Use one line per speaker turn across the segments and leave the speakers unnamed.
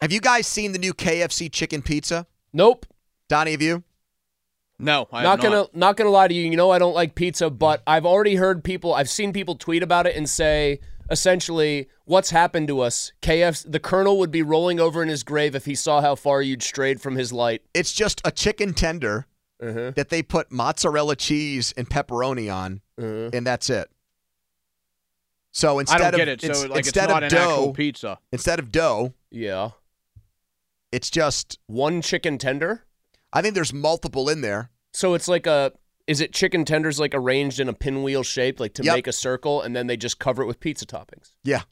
Have you guys seen the new KFC chicken pizza?
Nope.
Donnie, have you?
No, I'm
not gonna not gonna lie to you. You know I don't like pizza, but I've already heard people. I've seen people tweet about it and say essentially, "What's happened to us?" KF the Colonel would be rolling over in his grave if he saw how far you'd strayed from his light.
It's just a chicken tender that they put mozzarella cheese and pepperoni on, and that's it. So
I
instead
don't get
of
it. So
ins-
like, it's
instead
not
of
an
dough,
actual pizza.
instead of dough,
Yeah,
it's just
one chicken tender.
I think there's multiple in there.
So it's like a. Is it chicken tenders like arranged in a pinwheel shape, like to
Yep.
make a circle, and then they just cover it with pizza toppings?
Yeah,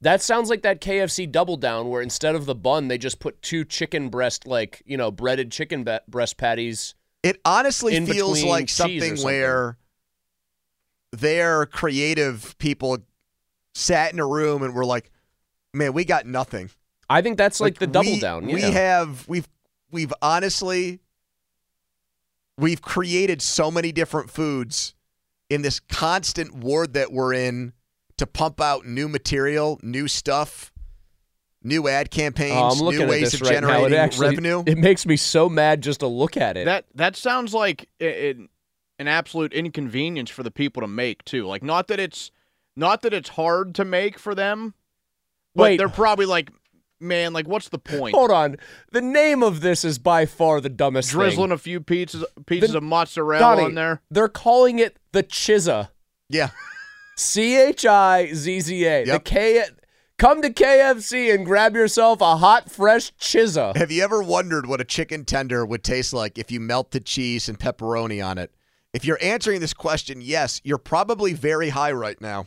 That sounds like that KFC double down where instead of the bun, they just put two chicken breast, like, you know, breaded chicken be- breast patties.
it honestly
In
feels
between
like
cheese or
something,
something.
where their creative people sat in a room and were like, "Man, we got nothing."
I think that's like, the double
we-
down.
We
yeah.
have we've we've honestly we've created so many different foods in this constant war that we're in to pump out new material, new stuff, new ad campaigns,
Oh, I'm looking
new
at
ways of
this right now. It
generating
actually-
revenue.
It makes me so mad just to look at it.
That that sounds like i- in- an absolute inconvenience for the people to make too. Like not that it's not that it's hard to make for them, but
Wait.
they're probably like, man, like what's the point?
Hold on. The name of this is by far the dumbest
Drizzling
thing.
a few pizzas pieces
The-
of mozzarella
Donnie,
on there.
They're calling it the Chizza.
yeah.
C H I Z Z A. The
Yep.
K. Come to KFC and grab yourself a hot, fresh Chizza.
Have you ever wondered what a chicken tender would taste like if you melted cheese and pepperoni on it? If you're answering this question, yes, you're probably very high right now.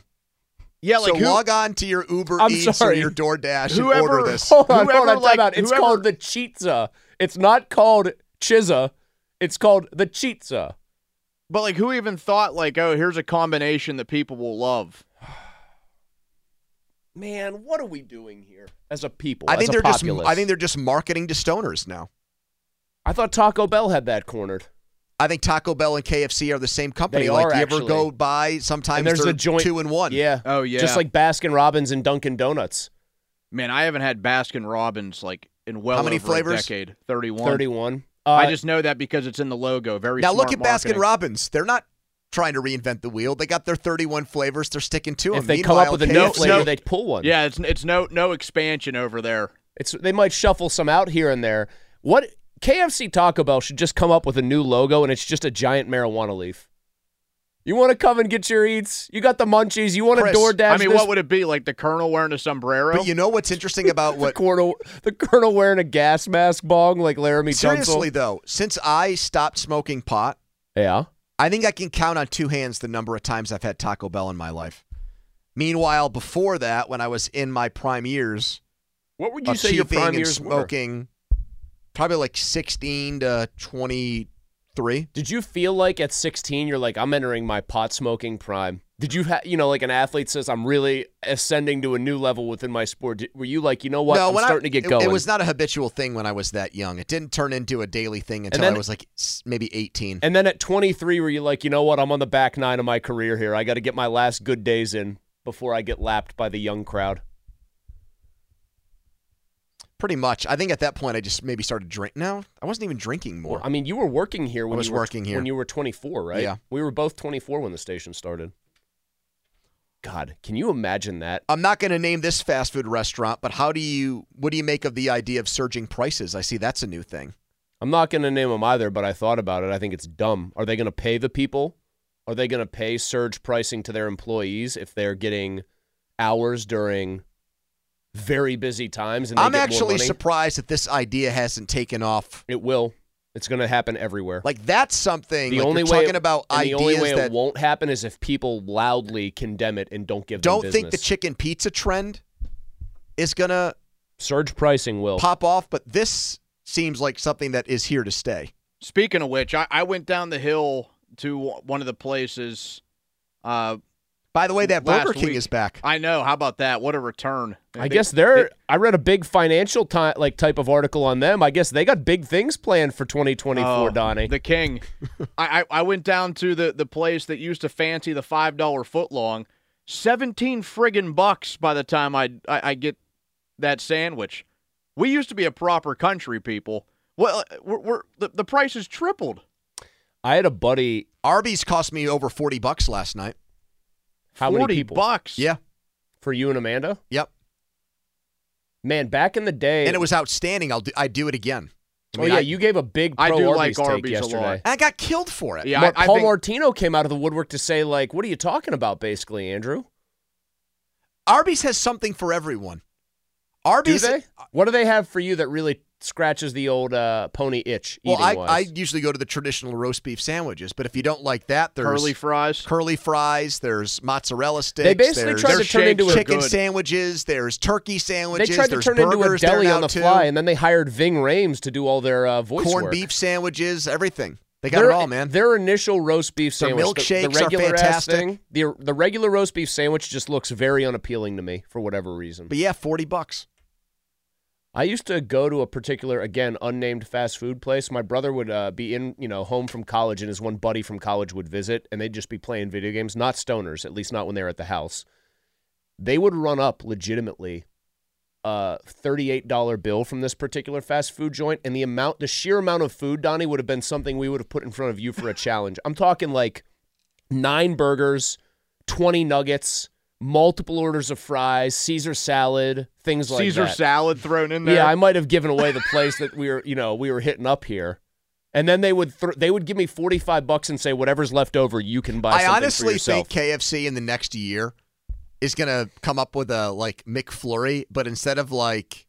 Yeah, like
so
who,
log on to your Uber
I'm
Eats
sorry. Oh,
or your DoorDash and
Whoever-
order this.
Hold on,
Whoever,
hold on, time
like,
out. It's
whoever-
called the Chizza. It's not called Chizza. It's called the Chizza.
but like who even thought like, oh, here's a combination that people will love.
Man, what are we doing here as a people?
I
as
think
a
they're
populace?
just I think they're just marketing to stoners now.
I thought Taco Bell had that cornered.
I think Taco Bell and KFC are the same company.
They
like
are,
you ever
actually.
go by sometimes
and there's
they're
a joint
two and one.
Yeah.
Oh, yeah.
Just like Baskin Robbins and Dunkin' Donuts.
Man, I haven't had Baskin Robbins like in well
How many
over a
flavors?
decade. Thirty one.
Thirty-one. Uh,
I just know that because it's in the logo. Very
Now look
smart
at
marketing.
Baskin Robbins. They're not trying to reinvent the wheel. They got their 31 flavors. They're sticking to them.
if they come up with a new
no-
flavor,
no-
they pull one.
Yeah, it's it's no no expansion over there.
It's they might shuffle some out here and there. What KFC Taco Bell should just come up with a new logo and it's just a giant marijuana leaf. You want to come and get your eats? You got the munchies. You want to
Chris,
DoorDash?
I mean,
this?
what would it be like? The colonel wearing a sombrero?
But you know what's interesting about
the
what?
colonel, the colonel wearing a gas mask bong like Laramie
seriously
Tunsil?
though, since I stopped smoking pot,
Yeah.
I think I can count on two hands the number of times I've had Taco Bell in my life. Meanwhile, before that, when I was in my prime years,
What would
of cheaping and smoking, probably like 16 to 23.
Did you feel like at 16 you're like I'm entering my pot smoking prime? Did you ha- you know like an athlete says I'm really ascending to a new level within my sport? Did- were you like you know what I'm
when I-
starting to get
it-
going?
It was not a habitual thing when I was that young. It didn't turn into a daily thing until
then-
I was like s- maybe 18.
And then at 23, were you like, you know what? I'm on the back nine of my career here. I got to get my last good days in before I get lapped by the young crowd.
Pretty much. I think at that point I just maybe started drink. No, I wasn't even drinking more.
Well, I mean, you were working here when
was
you were,
working here.
when you were 24, right?
Yeah.
We were both 24 when the station started. God, can you imagine that?
I'm not going to name this fast food restaurant, but how do you what do you make of the idea of surging prices? I see that's a new thing.
I'm not going to name them either, but I thought about it. I think it's dumb. Are they going to pay the people? Are they going to pay surge pricing to their employees if they're getting hours during very busy times? And they
I'm
get more
actually
money?
surprised that this idea hasn't taken off.
It will. It's going to happen everywhere.
Like that's something
the
like,
only
you're
way
talking about
and
ideas
the only way
that
it won't happen is if people loudly condemn it and don't give.
don't
them
think the
business.
chicken pizza trend is gonna
surge pricing will.
pop off, but this seems like something that is here to stay.
Speaking of which, I, I went down the hill to one of the places. Uh,
By the way, that
Last
Burger King
week.
is back.
I know. How about that? What a return!
I
They-
guess they're. I read a big financial ti like type of article on them. I guess they got big things planned for 2024,
Oh,
Donnie.
the king. I, I I went down to the the place that used to fancy the five dollar foot long. Seventeen friggin' bucks by the time I I, I get that sandwich. We used to be a proper country people. Well, we're, we're the, the price has tripled.
I had a buddy.
Arby's cost me over 40 bucks last night.
How
40
many people
bucks.
Yeah.
for you and Amanda?
Yep.
Man, back in the day,
And it was outstanding. I'll do, I do do it again.
oh yeah, you gave a big pro
I do
Arby's
like
take
Arby's a
yesterday.
lot.
I got killed for it.
Yeah,
Mar-
I, I
Paul
think
Martino came out of the woodwork to say, like, what are you talking about, basically, Andrew?
Arby's has something for everyone.
Do
Arby's.
they? Uh, What do they have for you that really scratches the old uh, pony itch?
Well, I,
eating-wise?
I usually go to the traditional roast beef sandwiches, but if you don't like that, there's
curly fries.
curly fries, there's mozzarella sticks,
they basically
there's
tried to
their
turn into a
shakes are
chicken
good.
sandwiches, there's turkey
they
sandwiches,
tried to
there's
turn into a
burgers they're
deli
now
on the
too,
fly, and then they hired Ving Rames to do all their uh, voice
corned
work.
beef sandwiches, everything. They got
their,
it all, man.
Their initial roast beef
Their
sandwich, the- the,
milkshakes are
regular ass
fantastic.
thing, the the regular roast beef sandwich just looks very unappealing to me for whatever reason.
But yeah, forty bucks.
I used to go to a particular, again, unnamed fast food place. My brother would uh, be in, you know, home from college, and his one buddy from college would visit, and they'd just be playing video games. Not stoners, at least not when they were at the house. They would run up legitimately a thirty-eight dollar bill from this particular fast food joint, and the amount, the sheer amount of food, Donnie, would have been something we would have put in front of you for a challenge. I'm talking like nine burgers, twenty nuggets, multiple orders of fries, Caesar salad, things like
Caesar
that.
salad thrown in there.
Yeah, I might have given away the place that we were, you know, we were hitting up here. And then they would thr they would give me 45 bucks and say whatever's left over you can
I
buy something for
honestly
yourself.
think KFC in the next year is gonna come up with a like McFlurry, but instead of like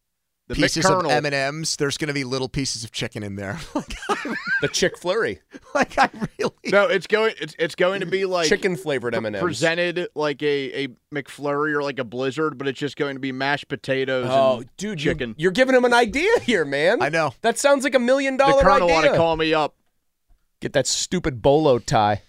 the
pieces
McConnell.
of M and M's, there's gonna be little pieces of chicken in there. like, I,
the Chick Flurry,
like I really
No, it's going. It's, it's going to be like
chicken flavored
pre-
M&Ms.
presented like a a McFlurry or like a Blizzard, but it's just going to be mashed potatoes.
oh,
and
dude,
chicken.
You, are giving him an idea here, man.
I know.
That sounds like a million
the
dollar
Colonel
idea.
ought to call me up.
Get that stupid bolo tie.